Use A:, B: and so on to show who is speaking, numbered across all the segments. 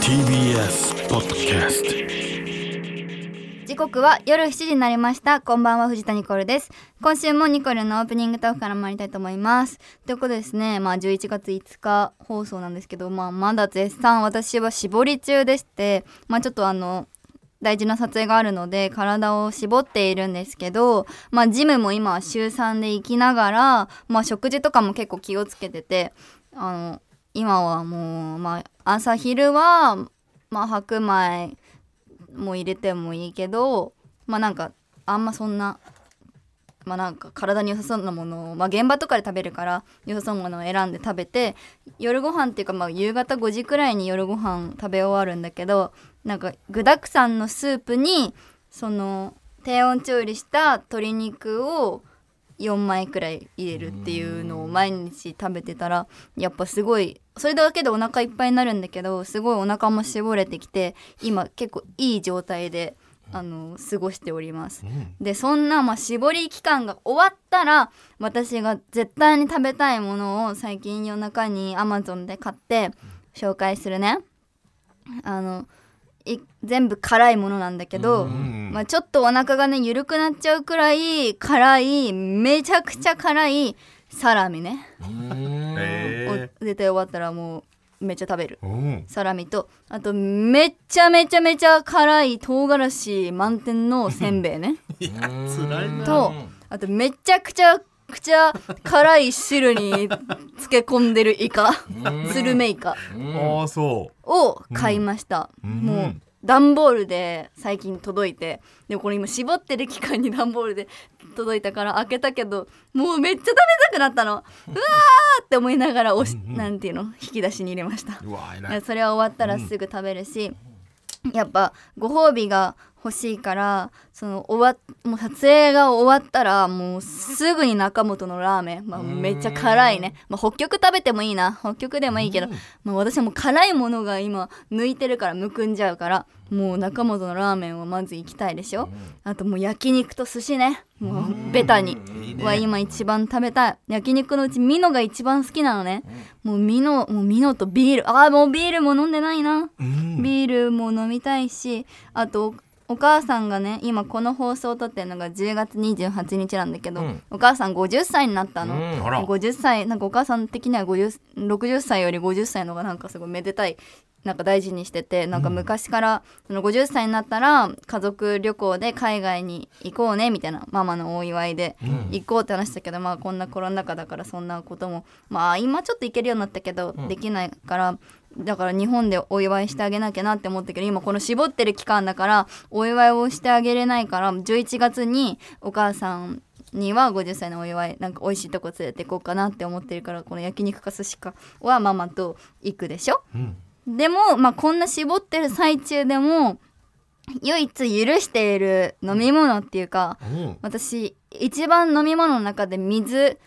A: TBS ポッドキャスト
B: 時刻は夜7時になりましたこんばんは藤田ニコルです今週もニコルのオープニングトークから参りたいと思いますということでですねまあ11月5日放送なんですけどまあまだ絶賛私は絞り中でしてまあちょっとあの大事な撮影があるので体を絞っているんですけど、まあ、ジムも今は週3で行きながら、まあ、食事とかも結構気をつけててあの今はもう、まあ、朝昼は、まあ、白米も入れてもいいけどまあなんかあんまそんな。まあ、なんか体に良さそうなものを、まあ、現場とかで食べるから良さそうなものを選んで食べて夜ご飯っていうか、まあ、夕方5時くらいに夜ご飯食べ終わるんだけどなんか具だくさんのスープにその低温調理した鶏肉を4枚くらい入れるっていうのを毎日食べてたらやっぱすごいそれだけでお腹いっぱいになるんだけどすごいお腹も絞れてきて今結構いい状態であの過ごしております。でそんなまあ絞り期間が終わったら私が絶対に食べたいものを最近夜中に Amazon で買って紹介するね。あのい全部辛いものなんだけど、まあ、ちょっとお腹がね緩くなっちゃうくらい辛いめちゃくちゃ辛いサラミね、
A: え
B: を絶対終わったらもうめっちゃ食べる
A: ーうん
B: サラミとあとめっちゃめちゃめちゃ辛い唐辛子満点のせんべいね
A: いや辛いな
B: とあとめちゃくちゃくちゃ辛い汁に漬け込んでるイカスルメイカ
A: ああそ
B: を買いました、
A: ん
B: も
A: う
B: うん段ボールで最近届いてでもこれ今絞ってる期間に段ボールで届いたから開けたけどもうめっちゃ食べたくなったのうわーって思いながらおし、なんていうの引き出しに入れました
A: ううわ
B: い
A: 偉い
B: やそれは終わったらすぐ食べるし、やっぱご褒美が欲しいからその終わもう撮影が終わったらもうすぐに中本のラーメン、まあ、めっちゃ辛いね、まあ、北極食べてもいいな北極でもいいけど、まあ、私はもう辛いものが今抜いてるからむくんじゃうからもう中本のラーメンはまず行きたいでしょ、あともう焼肉と寿司ねもうベタには今一番食べたい焼肉のうちミノが一番好きなのね、もうミノもうミノとビールああもうビールも飲んでないな、ビールも飲みたいしあとおお母さんがね今この放送を撮ってるのが10月28日なんだけど、
A: ん
B: お母さん50歳になったの、
A: あら
B: 50歳なんかお母さん的には50 60歳より50歳の方がなんかすごいめでたいなんか大事にしててなんか昔からその50歳になったら家族旅行で海外に行こうねみたいなママのお祝いで行こうって話したけど、まあこんなコロナ禍だからそんなこともまあ今ちょっと行けるようになったけどできないから。だから日本でお祝いしてあげなきゃなって思ったけど今この絞ってる期間だからお祝いをしてあげれないから11月にお母さんには50歳のお祝いなんか美味しいとこ連れて行こうかなって思ってるからこの焼肉か寿司かはママと行くでしょ、でも、まあ、こんな絞ってる最中でも唯一許している飲み物っていうか、
A: うん
B: 私一番飲み物の中で水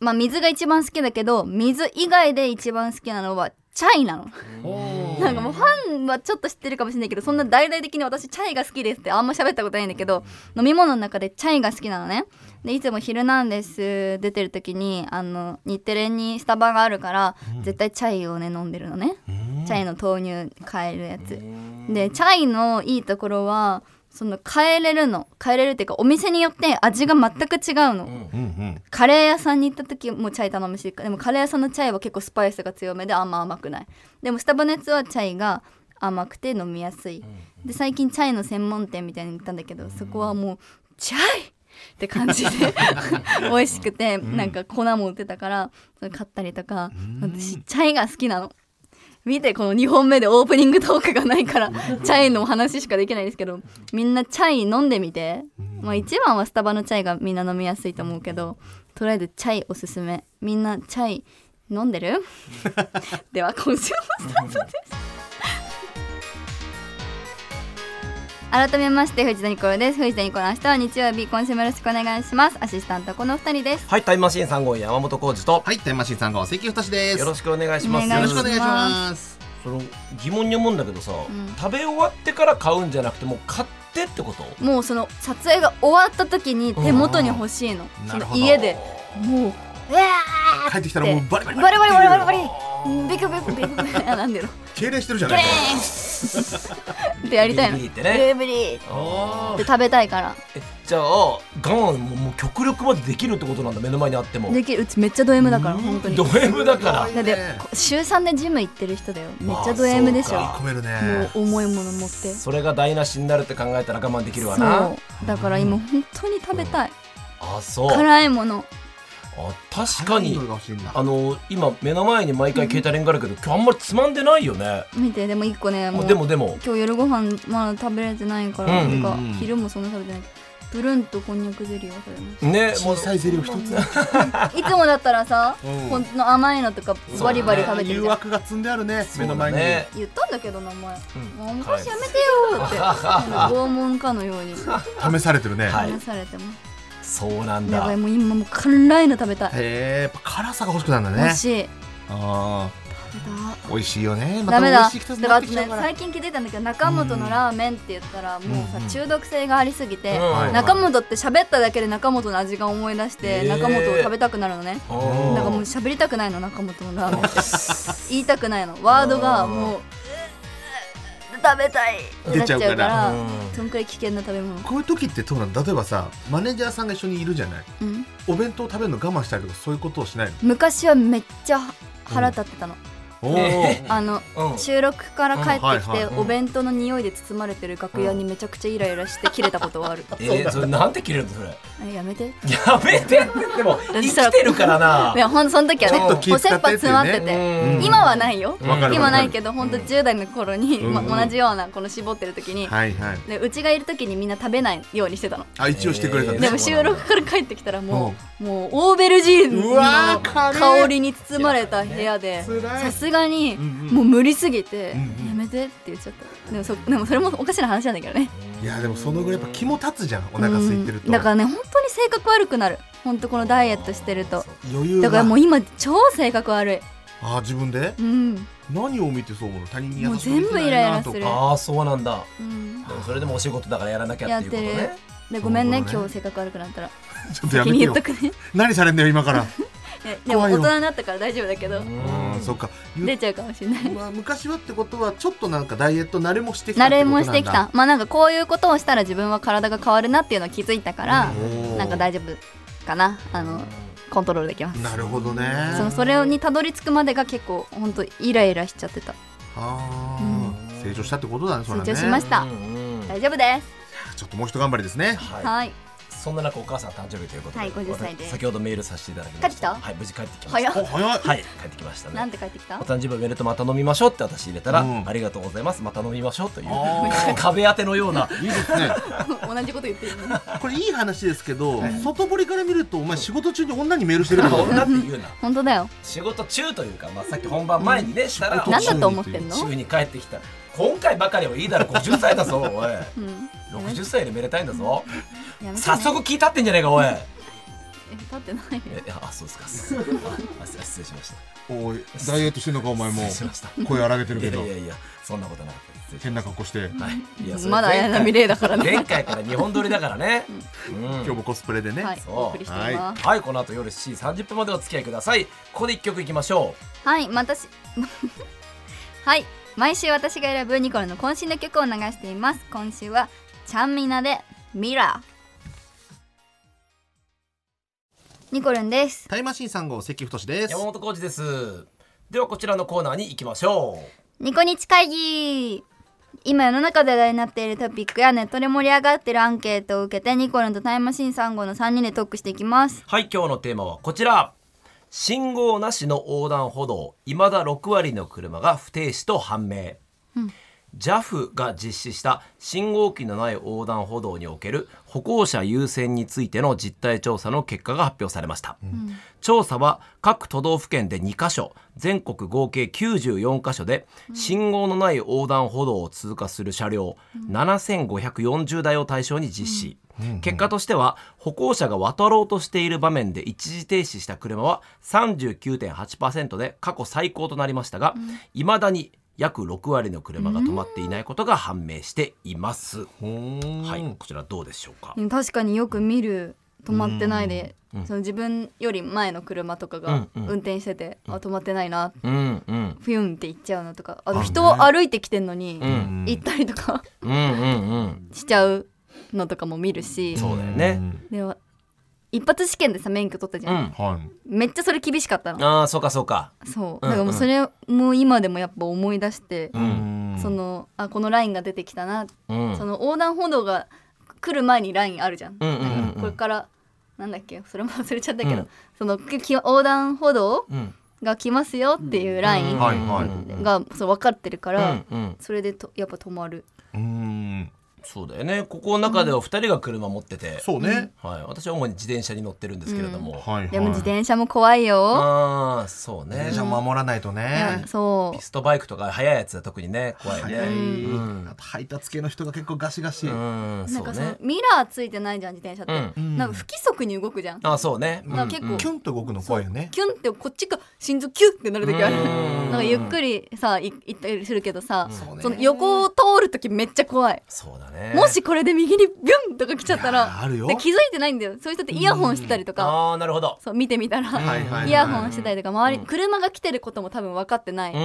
B: まあ水が一番好きだけど水以外で一番好きなのはチャイなのなんかもうファンはちょっと知ってるかもしれないけどそんな大々的に私チャイが好きですってあんま喋ったことないんだけど飲み物の中でチャイが好きなのねでいつも「ヒルナンデス」出てる時にあの日テレにスタバがあるから絶対チャイをね飲んでるのねチャイの豆乳買えるやつでチャイのいいところはその変えれるの変えれるっていうかお店によって味が全く違う
A: うんう
B: の、
A: ん
B: カレー屋さんに行った時もチャイ頼むしでもカレー屋さんのチャイは結構スパイスが強めであんま甘くないでもスタバのやつはチャイが甘くて飲みやすいで最近チャイの専門店みたいに行ったんだけどそこはもうチャイって感じで 美味しくてなんか粉も売ってたからそれ買ったりとか私チャイが好きなの見てこの2本目でオープニングトークがないからチャイのお話しかできないですけどみんなチャイ飲んでみて、まあ、一番はスタバのチャイがみんな飲みやすいと思うけどとりあえずチャイおすすめみんなチャイ飲んでるでは今週もスタートです改めまして藤田ニコルです藤田ニコル明日は日曜日今週もよろしくお願いしますアシスタントこの二人です
C: はい、タイムマシーン3号山本浩二と、
D: はい、タイムマシーンさんが関太志です。
C: よろ
D: し
C: しくお願いします。
B: お願い
D: よろしくお願いします。
C: その疑問に思うんだけどさ、食べ終わってから買うんじゃなくて、もう買ってってこと？
B: もうその撮影が終わった時に手元に欲しいの、
D: ん
B: そ
D: なる
B: の
D: ほど
B: 家でもううわー
A: 帰ってきたらもうバリバリ
B: バリバリバリバリバリ
A: っていう
B: ビクビクビクビクあなんでろ
A: 痙攣してるじゃ
B: ブ
A: な
B: レ
A: いか
B: ーンってやりたいの
C: ビリビリって
B: ブ
C: ね
B: リブリっ
A: あ
B: て食べたいから
C: えじゃあガンはもうもう極力までできるってことなんだ目の前にあっても
B: できるうちめっちゃド M だから本当に
C: ド M だから
B: だってこ週3でジム行ってる人だよめっちゃド M でしょ
C: まあ
A: あ込めるね
B: もう重いもの持って
C: それが台無しになるって考えたら我慢できるわな
B: そうだから今本当に食べたい
C: あそうあ
B: 辛いもの
C: 確か
D: ハ
C: に
D: ンドルが欲しいんだ
C: あの今目の前に毎回ケータリングあるけど、今日あんまりつまんでないよね、
B: 見てでも一個ねも
C: あ
B: う
C: でもでも
B: 今日夜ご飯まだ食べれてないから、
C: うん
B: なんか
D: うん
B: 昼もそんな食べてないけどプルンとこんにゃくゼリーを食べま
C: ねも
A: 小
C: う
A: さいゼリーを一つ
B: すいつもだったらさ
A: うん
B: 本当の甘いのとかバリバリ食べて
A: 誘
B: るじゃん
A: 惑が積んであるね
C: そう
A: 目
C: だ
A: の
C: ね
A: 前に
B: 言ったんだけど名前、
C: うん
B: もう昔やめてよー って拷問かのように
A: 試されてるね
C: はい
B: 話されても、
C: そうなん
B: や
C: だ
B: ばいもう今もう辛いの食べたい、
A: へえやっぱ辛さが欲しくなるんだ
B: 美
A: ね
B: 味しい
A: あ
B: 食べた
A: ー美味しいよねまた
B: ダメ
A: 美
B: だ
A: 味しい季
B: だ
A: 節
B: か
A: にな
B: ら
A: ってきちゃうから
B: 最近聞いてたんだけど中本のラーメンって言ったらもうさ
A: うん
B: 中毒性がありすぎて
A: はい
B: 中本って喋っただけで中本の味が思い出して
C: へー
B: 中本を食べたくなるのね
C: うん
B: だからもう喋りたくないの中本のラーメンって 言いたくないのワードがもううー食べたいってなっちゃう
A: 出
B: か
A: ちゃうから
B: ら
C: うん
B: そんくらい危険な食べ物
A: こういう時ってどうなんだ例えばさマネージャーさんが一緒にいるじゃない
B: うん
A: お弁当を食べるの我慢したりとかそういうことをしないの
B: 昔はめっちゃ腹立ってたの
A: お
C: え
B: あの
C: うん
B: 収録から帰ってき
A: うんはい
B: て
A: は
B: お弁当の匂いで包まれてる楽屋にめちゃくちゃイライラして切れたことはあ る
C: えー、それなんて切れるのそれや
B: えやめて
C: めてってでも生
B: したら
C: きてるからない
B: やほんとその時はね
A: ちょっと気
B: おせ
A: 使
B: っ
A: って
B: ぱ
A: っていうね
B: 詰まってて、
A: うん
B: 今はないよ、
C: わかる
B: 今ないけどほんと10代の頃に、
A: うん
B: ま同じようなこの絞ってる時に、
A: はいはい
B: でうちがいる時にみんな食べないようにしてたの
A: あ一応してくれた
C: え
A: ね
B: でも
C: そう
B: 収
C: なんだ
B: 録から帰ってきたらもう、もうオーベルジーヌ
A: うわ
B: の
A: ーカレー
B: 香りに包まれた部屋で
A: 辛
B: さ
A: い
B: すがに
A: うんうん
B: もう無理すぎて、
A: うんうん
B: やめてって言っちゃったでもそでもそれもおかしな話なんだけどね
A: いやでもそのぐらいやっぱ気も立つじゃんお腹空いてる
B: う
A: と
B: んだからね本当に性格悪くなる本当このダイエットしてると
A: 余裕
B: だから
A: が
B: もう今超性格悪い
A: あ自分で
B: うん
A: 何を見てそう思うの他人に優しく
B: も
A: で
B: う全
A: き
B: 部イ
A: ない
B: ライラ
A: なと
B: する
A: か
C: ああそうなんだ
B: うん
C: でもそれでもお仕事だからやらなきゃ
B: や
C: っ
B: って
C: いうこと
B: てる
C: ね
B: でごめんね
A: そうだね
B: 今日性格悪くなったら
A: ちょっとや
B: 先
A: め
B: に
A: て
B: 言
A: よ
B: っとくね
A: 何されんだよ今から
B: ねでも
A: 怖い
B: 大
A: よ
B: 人になったから大丈夫だけど
C: うん
A: うんそっか言う
B: 出ちゃうかもしれな い
A: まあ昔はってことはちょっとなんかダイエット慣れもしてきた
B: 慣
A: って
B: れ
A: こと
B: も
A: なん
B: し
A: だ
B: てきたまあなんかこういうことをしたら自分は体が変わるなっていうのは気づいたからなんか
A: 大
B: 大丈夫かなあのコントロールできます
A: なるほどね
B: そのそれにたどり着くまでが結構本当イライラしちゃってた
A: あー
C: うん
A: 成長したってことだねそれはね
B: 成長しました
C: うんうん
B: 大丈夫です
A: ちょっともう一頑張りですね
C: はい
B: はい
C: そんな中お母さん誕生日ということで
B: はい50歳です
C: 先ほどメールさせていただきました
B: 帰ってきた
C: はい無事帰ってきまし
B: 早
C: た
B: っ
A: お早い
C: はい帰ってきました
B: なん
C: ね
B: て帰ってき
C: お
B: た
C: 誕生日おめでとうまた飲みましょうって私入れたら、
A: うん
C: ありがとうございますまた飲みましょうという
A: あー
C: 壁当てのようない
A: いですね
B: 同じこと言ってるのに
A: これいい話ですけど外堀から見るとお前仕事中に女にメールしてるけど
C: 女って言うな
B: 本当だよ
C: 仕事中というか、まあ、さっき本番前にね、したら
A: 仕
B: 何
A: 事中
B: だと思ってんの
C: 週に帰ってきた今回ばかりはいいだろ50歳だぞお い
B: うん
C: 60歳でめでたいんだぞ
B: やめてね
C: 早速聞いたってんじゃねえかおいえ
B: え立ってないよ
C: あそうですかすあす失礼しました
A: おいダイエットしてんのかお前も
C: 失礼しま
A: 声荒げてる
C: し
A: け
C: た
A: ど
C: いやいやいやそんなことなかったです
A: 変な格好して
C: はいいやそれ
B: まだ綾波レイだからね
C: 前回から日本撮りだからねうん
A: 今日もコスプレでね
B: はい
C: そう
B: お送りしています
C: はいこの後夜7時30分までお付き合いくださいここで一曲いきましょ
B: はいまたし はい毎週私が選ぶニコルの渾身の曲を流しています今週はちゃんみなでミラーニコルンです
A: タイムマシーン3号関太で
C: う
A: す
C: 山本浩二ですではこちらのコーナーに行きましょう
B: ニコニチ会議今世の中で話題になっているトピックやネットで盛り上がっているアンケートを受けてニコルンとタイムマシーン3号の3人でトークしていきます
C: はい今日のテーマはこちら信号なしの横断歩道いまだ6割の車が不停止と判明、JAF が実施した信号機のない横断歩道における歩行者優先についての実態調査の結果が発表されました、調査は各都道府県で2カ所全国合計94カ所で信号のない横断歩道を通過する車両7540台を対象に実施、結果としては歩行者が渡ろうとしている場面で一時停止した車は39.8%で過去最高となりましたがいま、未だに約6割の車が止まっていないことが判明しています、
A: ほーん
C: はいこちらどうでしょうか、
B: うん確かによく見る止まってないで、
C: うん
B: その自分より前の車とかが
C: うんうん
B: 運転してて、あ止まってないな
C: うんうん
B: フィュンって行っちゃうのとかあ
A: ある
B: と
A: ね
B: 人を歩いてきてんのに
C: うんうん
B: 行ったりとか
C: うんうん
B: しちゃうのとかも見るし、
C: そうだよね
B: では一発試験でさ免許取ったじ
C: う
B: ゃん、
C: ん
A: はい
B: めっちゃそれ厳しかったの
C: ああそうかそうか
B: そう
C: うん
B: だからもうそれも今でもやっぱ思い出して、
A: うん
B: そのあこのラインが出てきたな、
C: うん
B: その横断歩道が来る前にラインあるじゃん,、
C: うんうんうんうん
B: なんかこれからなんだっけそれも忘れちゃったけど、
C: うん
B: そのきき横断歩道
C: うん
B: が来ますよっていうライン
A: はいはい
B: がそう分かってるか
C: う
B: ら、
C: んうん
B: それでとやっぱ止まる
A: うん
C: そうだよねここの中では二人が車持ってて、
A: そうね
C: はい、私は主に自転車に乗ってるんですけれども、
A: はいはい
B: でも自転車も怖いよ、
C: ああそうね
A: 電車守らないと
B: いや
A: ね
B: そ
C: ピストバイクとか速いやつは特にね怖い
A: 早
C: ね
A: い
C: うん
A: あと配達系の人が結構ガシガシ
C: うん
B: うな
C: そ
B: んか
C: う
B: その
C: ね
B: ミラーついてないじゃん自転車って、
C: う
B: なんか不規則に動くじゃん、
C: あそうね
B: なんか結構
A: キュンと動くの怖いよね
B: キュンってこっちが心臓キュンってなる時ある
C: うん
B: なんかゆっくりさい行ったりするけどさ、
A: そうね
B: その横を通る時めっちゃ怖い、
C: そうだね
B: もしこれで右にビュンとか来ちゃった
A: いや
B: ら
A: ーあるよ
B: で気づいてないんだよそういう人ってイヤホンしてたりとか、
C: ああなるほど
B: そう見てみたら、
A: はいはいはい
B: イヤホンしてたりとか周り、車が来てることも多分分かってない
C: う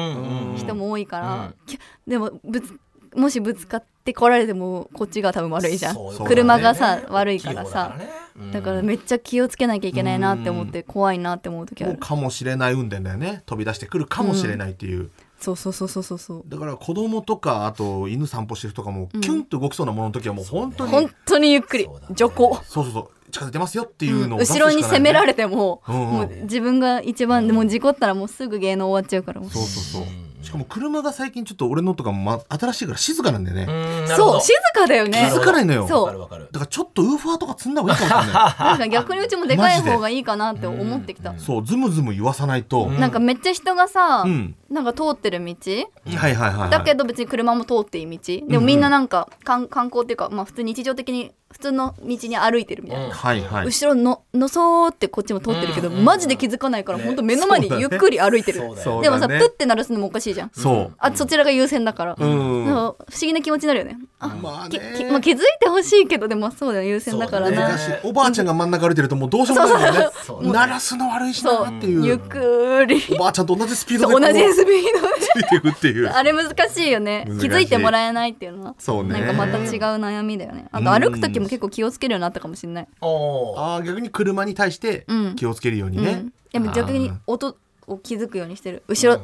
C: ん
B: 人も多いから、
C: う
B: きでもぶつもしぶつかって来られてもこっちが多分悪いじゃん、
C: そうだね
B: 車がさ悪いからさ
C: 器用だからね
B: だからめっちゃ気をつけなきゃいけないなって思って怖いなって思う時あ
A: もう
B: る
A: かもしれない運転だよね飛び出してくるかもしれないっていう、
B: そうそうそうそうそうそう
A: だから子供とかあと犬散歩してる人とかもキュンと動きそうなものの時はもう本当に、
B: 本当にゆっくり
C: そうだね
B: 徐行
A: そうそうそう近づいてますよっていうのを出すし
B: 後
A: かな
B: ろ
A: いね、
B: に攻められても,、
A: うんうん
B: もう自分が一番でもう事故ったらもうすぐ芸能終わっちゃうからもう
A: そうそうそうしかも車が最近ちょっと俺のとかも、ま、新しいから静かなんだよね、
C: うんなるほ
B: そ
C: ど
B: う静かだよね
C: な
A: 気
C: るほ
A: づ
C: ど
A: かないのよ
B: そう
C: わかるわかる
A: だからちょっとウーファーとか積んだ方がいいかもしれ な
B: なんか逆にうちもでかい
A: マジで
B: 方がいいかなって思ってきた、
A: いそうズムズム言わさないと、
B: なんかめっちゃ人がさ、
A: うん
B: なんか通ってる道
A: はいはいはい、はい、
B: だけど別に車も通っていい道でもみんななんか観観光っていうか、まあ、普通に日常的に普通の道に歩いてるみたいな、
C: うん
A: はいはい
B: 後ろののそーってこっちも通ってるけど、マジで気づかないから、ほんと目の前にゆっくり歩いてる、
C: そうだよ
A: そう
B: でもさ、
A: だね
B: プッて鳴らすのもおかしいじゃん
A: そう
B: あそちらが優先だから、
A: うん
B: なんか不思議な気持ちになるよねあ、
A: まあ
B: き
A: ね
B: きまあ、気づいてほしいけどでもそうだよ優先だから
C: そうだ
B: な
A: 難
C: ね
A: しいおばあちゃんが真ん中歩いてるともうどうしようもないもんね
C: そうそう
A: 鳴らすの悪いし
B: そう,、
A: なっていう
B: ゆっくり
A: おばあちゃんと同じスピードで
B: そう同じ
A: こ
B: スピード
A: う
B: で
A: ついていくっていう
B: あれ難しいよね
A: 難し
B: 気
A: い
B: づいてもらえないっていうのは
A: そうね
B: なんかまた違う悩みだよねあと歩く時も結構気をつけるようになったかもしれない、
C: おー
A: あー逆に車に対して
B: うん
A: 気をつけるように
B: う
A: ね、
B: ん、でも逆に音を気づくようにしてる後ろ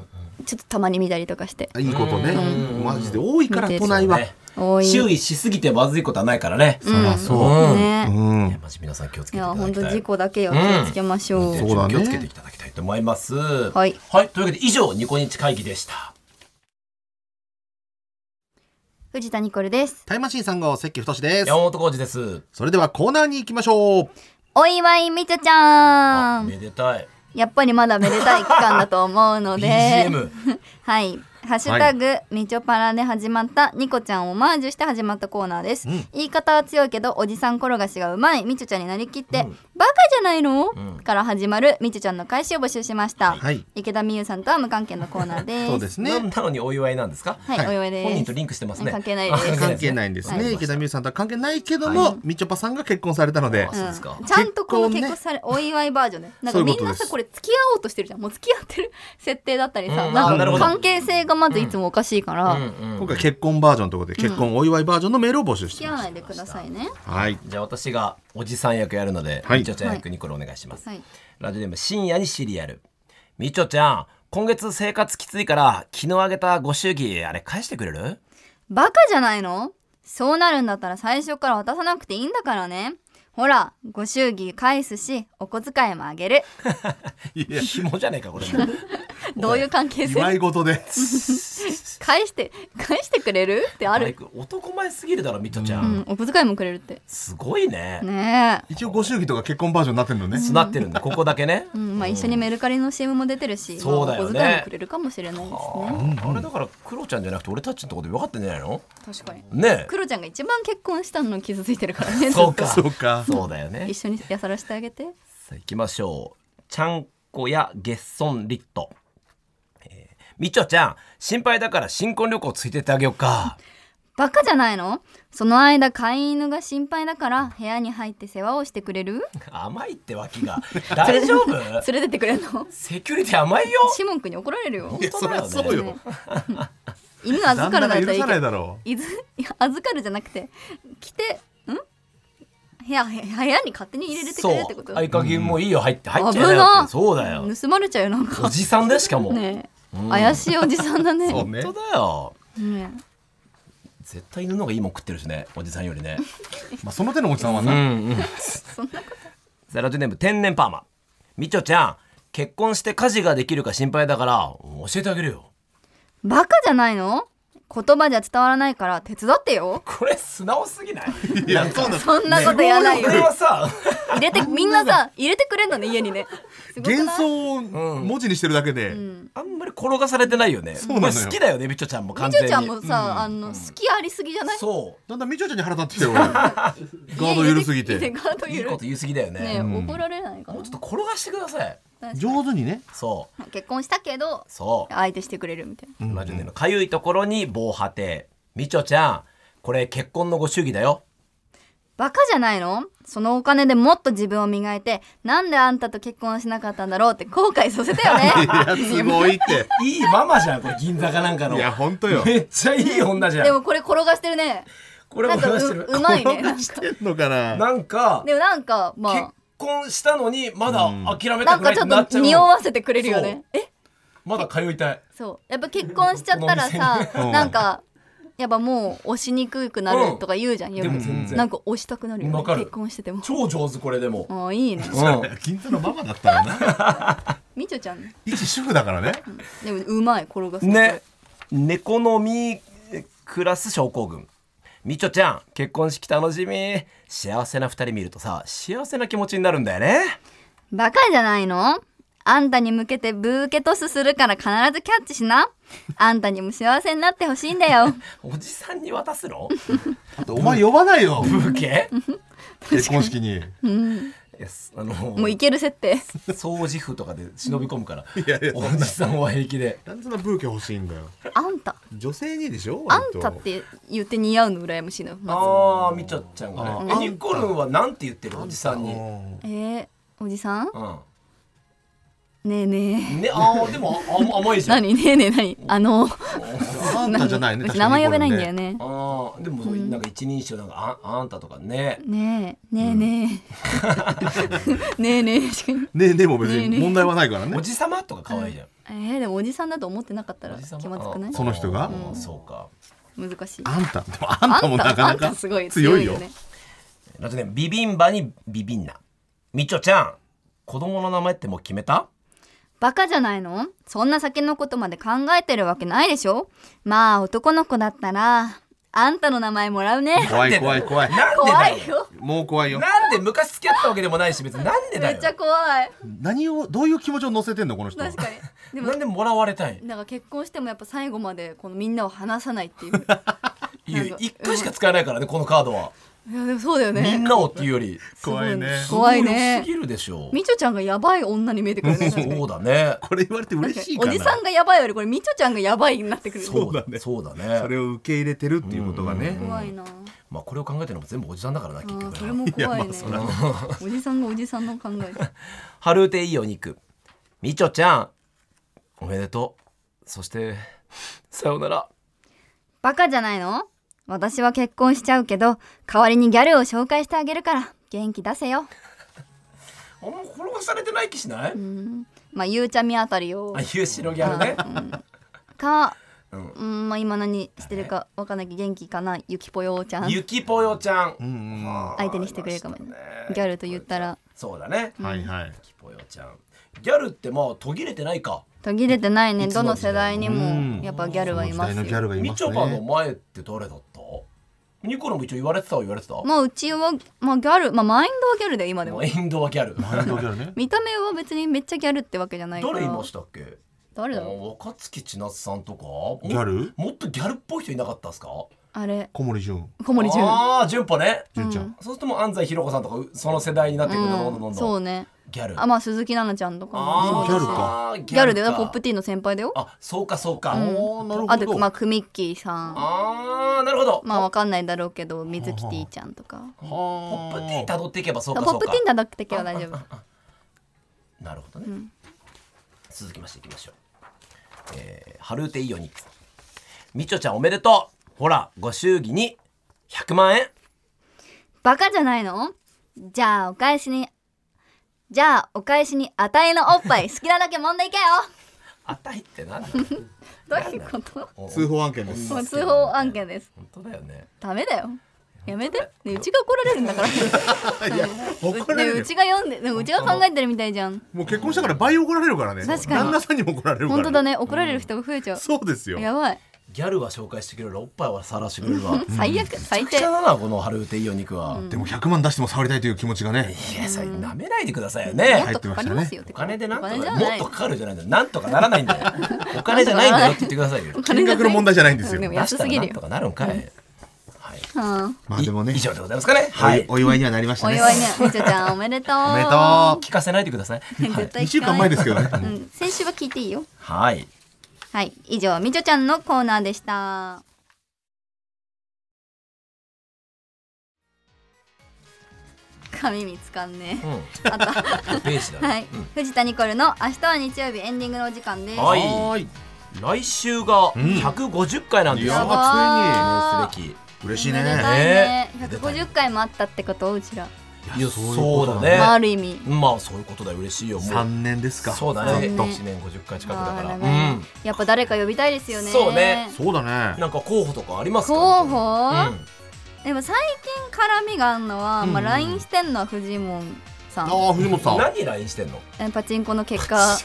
B: ちょっとたまに見たりとかして
A: いいことね、
C: うん
A: マジで多いから
B: 見て
A: 都内は、
C: ね
B: 多い
C: 注意しすぎてまずいことはないからね
B: うん
A: あそう
B: ね
A: うん
C: いやマジ皆さん気をつ
B: い
C: けてい
B: や
C: ただ
B: 本
C: き
B: 当
C: た
B: 事
C: い
B: 故だけは気をつけましょう、
A: そうだね
C: 気をつけていただきたいと思います
B: はい
C: というわけで以上ニコニチ会議でした
B: 藤田ニコルです
A: タイムマシーン3号関太です
C: 山本浩二です
A: それではコーナーに行きましょう
B: お祝いみちょちゃ
C: あ
B: ん
C: めでたい
B: やっぱりまだめでたい期間だと思う ので
C: BGM
B: はい「ハッシュタグ、みちょぱら」で始まったニコちゃんをオマージュして始まったコーナーです、
A: うん
B: 言い方は強いけどおじさん転がしがうまいみちょちゃんになりきって、バカじゃないの、
C: うん
B: から始まるみちょちゃんの開始を募集しました、
A: はい
B: 池田美優さんとは無関係のコーナーです
A: そうですね
C: なんなのにお祝いなんですか
B: はい、
A: はい
B: お祝いです
C: 本人とリンクしてますね
B: 関係ないです
C: あ
A: 関係ないんですね、
B: はい
A: 池田美優さんとは関係ないけども、みちょぱさんが結婚されたので
C: あそうですか
B: うんちゃんとこの
A: 結婚ね
B: 結婚され、お祝いバージョンねなん
A: そ
B: か
A: ういうこ
B: みん
A: と
B: な
A: です
B: さこれ付き合おうとしてるじゃんもう付き合ってる設定だったりさ、
C: うん
B: な
A: あ
B: ん
A: なる
B: か
A: ほど
B: 関係性がまずいつもおかしいから、
C: うんうん
A: 今回結婚バージョンということで結婚お祝いバージョンのメールを募集し
B: 付
A: て
B: き合
A: ま
B: わ
A: す、
B: ないでくださいね
A: はい
C: じゃあ私がおじさん役やるので、
A: はい
C: みちょちゃん役にこれお願いします、
B: はい
C: ラジオネーム深夜にシリアルみちょちゃん今月生活きついから昨日あげたご祝儀あれ返してくれる
B: バカじゃないのそうなるんだったら最初から渡さなくていいんだからねほらご祝儀返すしお小遣いもあげ る
A: いや
C: 紐じゃねえか これも
B: どういう関係
A: 祝
B: 性
A: い事で
B: 返して返してくれるってあ
C: マイ
B: る、
C: ク男前すぎるだろみちょちゃん、
B: うん、お小遣いもくれるって
C: すごいね
B: ねえ
A: 一応ご祝儀とか結婚バージョンになってるのね、
C: そうなってるんだここだけね、
B: うんまあ、一緒にメルカリの CM も出てるし、まあ
C: そうだ
B: お
C: よね
B: 小遣いもくれるかもしれないですね
C: あれだからクロちゃんじゃなくて俺たちのとこでよかったんじゃないの
B: 確かに
C: ね
B: クロちゃんが一番結婚したの傷ついてるからね
C: えそうか
A: そ
C: そう
A: か
C: だよね
B: 一緒にやさらしてあげて
C: さあ行きましょうちゃんこやゲッソンリット、 えーみちょちゃん心配だから新婚旅行ついてってあげようか
B: バカじゃないのその間飼い犬が心配だから部屋に入って世話をしてくれる
C: 甘いって脇が大丈夫
B: 連れてってくれるの
C: セキュリティ甘いよ
B: シモン君に怒られるよ
C: いや
D: そりゃそうよ。
B: 犬預かるならいい
A: 許
B: け
A: さない
B: ど
A: だろ
B: いず いや預かるじゃなくて来てん部屋部屋に勝手に入れてくれるってこと
C: そう合鍵もいいよ入って入っ
B: 危
C: ちゃいなよっ
B: な
C: てそうだよ
B: 盗まれちゃうよなんか
C: おじさんでしかも、
B: ねえ
C: うん
B: 怪しいおじさんだね
D: そうね
C: 本。当だよ
B: ね
C: 絶対犬の方がいいもん食ってるしねおじさんよりね
A: うまあその手のおじさんは
C: う
A: さ、
C: んうん
B: そんなこ
C: さあラジオネーム天然パーマみちょちゃん結婚して家事ができるか心配だから教えてあげるよ
B: とバカじゃないの言葉じゃ伝わらないから手伝ってよ
C: これ素直すぎない
D: いや、そうなん
B: そんなことやらない
C: こ
B: よ
C: れはさ
B: 入れてみんなさ入れてくれんのね家にねすごくない
A: 幻想を文字にしてるだけで、
C: あんまり転がされてないよね
A: うなのよ
C: これ好きだよねみちょちゃんも完
B: みち
C: 全
B: ょ
C: に
B: ちゃんもさ、あの好きありすぎじゃない
C: そ
A: だんだんみちょちゃんに腹立ってきてる俺ガード緩すぎて
B: ガード
C: ういい
B: 緩
C: こ
B: い
C: と言い過ぎだよね
B: ねえ怒られないかな
C: もうちょっと転がしてください
A: 上手にね
C: そう
B: 結婚したけど
C: そう
B: 相手してくれるみたいな
C: ラジオネームかゆいところに防波堤みちょちゃんこれ結婚のご祝儀だよ
B: バカじゃないのそのお金でもっと自分を磨いてなんであんたと結婚しなかったんだろうって後悔させたよ
A: い
B: ね
A: やすごいって
C: いいママじゃんこれ銀座かなんかの
A: いやほんとよ
C: めっちゃいい女じゃん
B: でもこれ転がしてるね
C: これ
B: な
C: も
B: んかう
C: 話してる
B: うまいねなん
A: 転がし
B: か
A: てんのかな
C: なんか
B: でもなんか
C: 結
B: ま
C: 婚したのにまだ諦
B: あ
C: め
B: な
C: た
B: ん
C: くな
B: か
C: いっ
B: ち
C: て
B: ょ
C: な
B: っ
C: っち
B: と
C: ゃう
B: 匂わせてくれるよねえ
C: まだ通いたい
B: そうやっぱ結婚しちゃったらさ
A: うん
B: なんかやっぱもう押しにくくなるとか言うじゃんよ
C: でも
B: く
C: 全
B: なん
C: 然
B: か押したくなるよ
C: わ
B: ね
C: かる
B: 結婚してても
C: 超上手これでも
B: ああいいね
C: うん
A: 銀座のママだったらな
B: みちょちゃん
A: 一主婦だからね
B: でもうまい転がす
C: ね猫のみクラス症候群みちょちゃん結婚式楽しみ幸せな二人見るとさ幸せな気持ちになるんだよね
B: バカじゃないのあんたに向けてブーケトスするから必ずキャッチしな。あんたにも幸せになってほしいんだよ。
C: おじさんに渡すの
A: あとお前呼ばないよ
C: ブー ケ
A: 結婚式に
C: いやすあの
B: もういける設定。
C: 掃除婦とかで忍び込むから
A: いやいや
C: おじさんは平気で
A: なんでそんなブーケ欲しいんだよ
B: あんた、
A: 女性にでしょ
B: あ
A: 割
B: ん
A: と
B: たって言って似合うの羨ましいの。ま
C: ああみちょちゃん
A: あ
C: がね
A: ー
C: えニコルンはなんて言ってるおじさんにうん
A: う
B: ずえー、おじさん
C: ね
B: ねえねえ。
C: あーでもあ甘いじゃん
B: 何ねえねえ何あの、
A: あんたじゃないね
B: うち
A: 確か
B: 名
A: に
B: 前呼べないんだよね。
C: あーでもなんか一人称なんかああんたとかね
B: ねえねえねえ。 ねえねえしかに。
A: ねえねえも別に
B: ねえねえ
A: 問題はないからね
C: おじさまとか可愛いじゃん
B: えー、でもおじさんだと思ってなかったら
C: おじさま
B: 気まずくない
C: あー
A: その人が
C: うんそうか
B: 難しい。
A: あんたでもあんたもなか
B: あ
A: なん
B: た
A: か
B: すごい
A: 強いよ
B: ね。
C: だとねビビンバにビビンナみちょちゃん子供の名前ってもう決めた
B: バカじゃないのそんな先のことまで考えてるわけないでしょまあ男の子だったらあんたの名前もら うね
A: 怖い怖い怖い
C: なんで
B: 怖
C: だ
B: い
C: よ
B: よ
A: もう怖いよ
C: なんで昔付き合ったわけでもないし別になんで
B: め
C: だ
B: っちゃ
C: よ
B: 怖い
A: 何をどういう気持ちを乗せてんのこの人
B: 確かにでも
C: なんでもらわれたい
B: なんか結婚してもやっぱ最後までこのみんなを離さないって いう
C: いや一回しか使えないからねこのカードはい
B: やでもそうだよ
C: みん
B: ね
C: なをっていうより
A: 怖いね
B: すごい
C: すご良
B: ね
C: すぎるでしょ
B: みちょちゃんがやばい女に見えてく るね確かに
C: そうだね
A: これ言われて嬉しいか
B: お
A: な
B: じさんがやばいよりこれみちょちゃんがやばいになってくるね
C: そうだねそうだね
A: それを受け入れてるっていうことがね
B: 怖いなあ
C: まあこれを考えてるのも全部おじさんだからな結
B: ー
C: 局
B: それ
C: な
B: も怖いねおじさんがおじさんの考え
C: 春うていいお肉みちょちゃんおめでとうそしてさよなら
B: バカじゃないの私は結婚しちゃうけど代わりにギャルを紹介してあげるから元気出せよ
C: あんま転がされてない気しない、
B: まあゆうちゃみあたりを
C: あゆうしろギャルね、
B: かう
C: うん
B: んまあ今何してるかわかんないけど元気かなゆきぽよちゃん
C: ゆきぽよちゃん、
A: うんうんは
B: 相手にしてくれるかもね
C: ありましたね
B: ギャルと言ったら
C: そうだね、ゆ
A: いはい
C: きぽよちゃんギャルってまあ途切れてないか
B: 途切れてないね
C: いつ
B: ど
C: の
B: の
C: 時代
B: 世代に
A: うん
B: もやっぱギャルはいま
A: そ
B: す
A: の時代のギャル
B: よ
A: がい
C: み
A: ま
C: ち
A: す
C: ょぱの
A: ね
C: 前って誰だったニコルも一応言われてたは言われてた
B: まあうちはまあギャルまあマインドはギャルだよ今でも
C: インドはギャル
A: マインドギャルね
B: 見た目は別にめっちゃギャルってわけじゃないから
C: 誰いましたっけ
B: 誰だ
C: あ
B: ろう
C: の若槻千夏さんとか
A: ギャル
C: ももっとギャルっぽい人いなかったですか
B: あれ
A: 小森純
B: 小森純
C: ああ順歩ね
A: 純ちゃん
C: そうするともう安西ひろ子さんとかうその世代になってくるどんどんどんど
B: うんんそうね
C: ギャル
B: あまあ鈴木奈々ちゃんとか
C: あ
B: もそうだし
A: あ
C: ーギャルか
B: ギャルでポップティーンの先輩だよ
C: あそうかそうか、
A: あーなるほど
B: あとまあクミッキーさん
C: ああーなるほど、
B: まあわかんないだろうけど水木ティちゃんとか
C: ポップティー辿っていけばそう
B: あ
C: か
B: ポ
C: そ
B: ッ
C: う
B: プ
C: か
B: ティンだなくては大丈夫
C: なるほどね、続きましていきましょう、えー、ハルーテイオニみちょちゃんおめでとうほらご祝儀に100万円
B: バカじゃないのじゃあお返しにじゃあお返しにあたいのおっぱい好きなだけ揉んで いけよ
C: あたいっ てなんだ
B: どういうこと
C: お
A: 通報案件です
B: もう通報案件です
C: 本当だよね
B: ダメだよやめて、ね、うちが怒られるんだから
A: いや怒られ
B: ね
A: る
B: う
A: よ
B: ちが読んでねうちが考えてるみたいじゃん
A: もう結婚したから倍怒られるからね
B: 確かに
A: 旦那さんにも怒られるから
B: 本当だね怒られる人が増えちゃう、
A: そうですよ
B: やばい
C: ギャルは紹介してくれるおっぱいは晒してくれるわめち
B: 最悪最
C: ゃくち
B: 低
C: ゃだなこのハルーテイオニは、
A: でも100万出しても触りたいという気持ちがね
C: いやさ舐めないでくださいよ
B: も
C: ね
B: っとかかりますよ
C: お金でなんとか
B: お金じゃ
C: も
B: な
C: っ
B: い
C: とかかるじゃないんだよなんとかならないんだよ お金じゃないんだよって言ってくださいよ
B: お金
A: 金
B: じゃない
A: 額の問題じゃないんですよ
B: でも
C: 出し
B: 安
C: た
B: す
C: ら
B: ぎ
C: な
B: る
C: ん
B: よ
C: と、かなるんかい、はい
B: うん、
D: まあでもね
C: 以上でございますか
D: お
C: ねはい
D: お祝いにはなりました
B: お
D: ね
B: 祝いねみちょちゃんおめでとうお
D: おめでと
C: 聞かせないでくださいはい
B: 絶対
A: 2
B: 聞
A: 週間
B: かない
A: 前ですけどね
B: うん、先週は聞いていいよ
C: はい
B: はい以上みちょちゃんのコーナーでした髪見つかんね
C: うん
B: あった
C: ページだね
B: はい、藤田ニコルの明日は日曜日エンディングのお時間です
C: はい
A: はーい
C: 来週
A: ん
C: が150回なんですよ、
A: いやば
C: 記
B: ば
C: 念すべき
D: 嬉し
B: お
D: い
B: めで
D: ね
B: たいね
C: ね
B: 150回もあったってことうちら、
C: いや
A: そういう
C: そ
A: こ
C: うだ
A: とだ
C: ね、
B: まあある意味
C: まあそういうことだよ嬉しいよもう
D: 3年ですか
C: そうだね
B: そう
C: 1
B: だね
C: 年50回近くだから、
B: あー
C: う
B: 長い
C: ん、
B: やっぱ誰か呼びたいですよね
C: そうね
D: そうだね
C: なんか候補とかありますか
B: 候補、
C: うん
B: でも最近絡みがあるのは、まあ、LINE してんのは藤本さん
D: ああ藤本さん
C: 何 LINE してんの
B: えパチンコの結果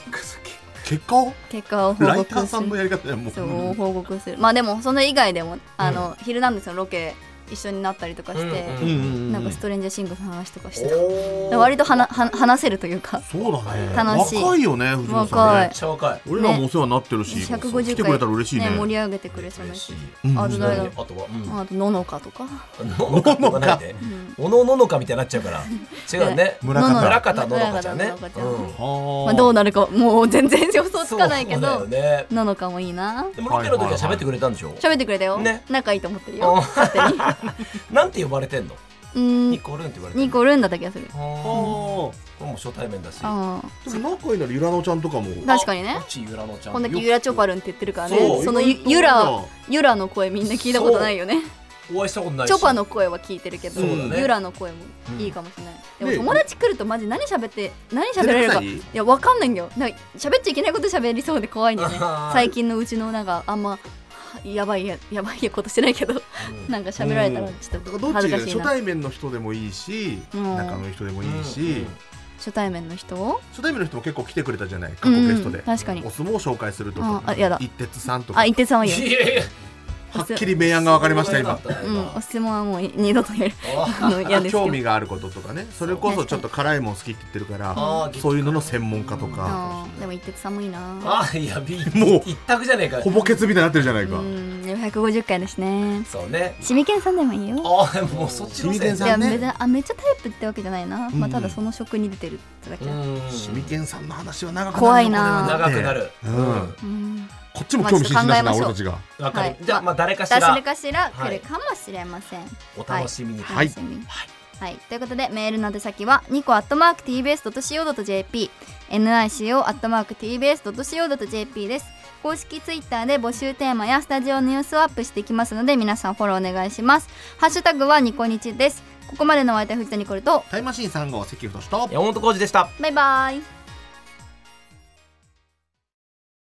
D: 結果を
B: 結果を報
A: ライター
B: 告す
A: さんの
B: る
A: やり方でもう
B: そう報告するまあでもそれ以外でも「あのヒルナンデス」のロケ一緒になったりとかして、
C: う
A: う
C: ん
A: んうんうん
B: なんかストレンジャーシングスの話とかしてた、
C: おー
B: 割とはなは話せるというか
A: そうだね
B: 楽しい
A: 若いよね藤本さん
B: 若
A: ね
C: めっちゃ若い
D: 俺らもお世話になってるし来
B: 150
D: てくれ
B: 回
D: たら嬉しいね
B: 盛り上げてくれそうな
C: 嬉し
B: 人
C: い
B: あと誰だろう
C: あとは、うん
B: あとののかとか
C: ののかとかないで、おのののかみたいになっちゃうから、違うね。
A: 村方
C: 村方ののかちゃんね。
B: 村方ののかちゃん
C: うん
B: まあ、どう
D: な
B: なるかもう全然予想つかないけ
C: そう
B: ど、
C: だよね。
B: ののかもいいな
C: でもロケの時は喋ってくれたんでしょ。
B: 喋ってくれたよ、
C: ね
B: 仲いいと思ってる
C: うん
B: よ勝手に
C: なんて呼ばれてんの？
B: うーん
C: ニコルンって言われてる。
B: ニコルンだった気がする
C: あ
A: あ
C: ーこれも初対面だし。
B: ああ
A: あでも仲いいならゆらのちゃんとかも
B: 確かにね
C: うちゆらのちゃん。
B: こんだけユラチョパルンって言ってるからね
C: そ
B: そうのゆ
A: 意外と
B: ユ
A: な
B: ラユラの声みんな聞いたことないよね
C: お会いしたことないし。
B: チョパの声は聞いてるけど、
C: そうだね
B: ユラの声もいいかもしれない、
A: うん
B: でも友達来るとマジ何喋って何喋られるか
A: 照れ
B: い
A: くさ
B: やわかんないんだよなんか喋っちゃいけないこと喋りそうで怖いん だよね最近のうちのなんかあんまやばいややばいことしてないけど、 なんか喋られたらちょっ
A: だから
B: と
A: どっち
B: 恥
A: が
B: ずかしい
A: 初
B: な
A: 対面の人でもいいし
B: うん
A: 仲のいい人でもいい
C: うん
A: し
B: 初対面の人を
A: 初対面の人も結構来てくれたじゃない過去ゲスト
B: うん
A: で
B: 確かに
A: お相撲を紹介するとか
B: ああやだ
A: 一徹さんと
B: あ
A: か
B: 伊手さんはい
C: い
B: いよ、
C: やいや。
A: はっきり明暗が分かりました今
B: うん、お質問はもう二度とやる
C: あ
B: あの嫌です
A: 興
B: よ
A: 味があることとかねそれこそちょっと辛いもん好きって言ってるから
C: あー
A: そういうのの専門家とか
B: あーでも伊手さんもいいな
C: あいやビ
A: もう
C: 一択じゃねえかよ
A: ほぼケツみたいになってるじゃないうか
B: んでも150回だしね
C: そうね
B: シミケンさんでもいいよ
C: あーもうそっちの
A: シミケン
B: い
A: さ
B: や
A: んね
B: めちゃあめっちゃタイプってわけじゃないな、まあ、
A: うん
B: ただその職に出てるってだけ、うん
A: シミケンさんの話は長くなるよ
B: 怖いな
C: 長くなる
A: う
C: うんん
A: こっちも興味津々だしな
B: まあち
A: 俺
B: ょったと考
A: ちが
C: わか
B: は
C: る
B: い
C: じゃあまあ誰かし
B: 誰
C: ら
B: かしら来
C: は
B: る
C: い
B: かもしれません、
C: お楽しみに
A: はい
B: 楽しみにはい、ということでメールの宛先はニコアットマーク TBS.CO.JP NICO アットマーク TBS.CO.JP です公式ツイッターで募集テーマやスタジオのニュースをアップしていきますので皆さんフォローお願いしますハッシュタグはニコニチですここまでのお相手は藤田ニコルと
D: タイムマシーン3号関太と
C: 山本浩二でした
B: バイバイ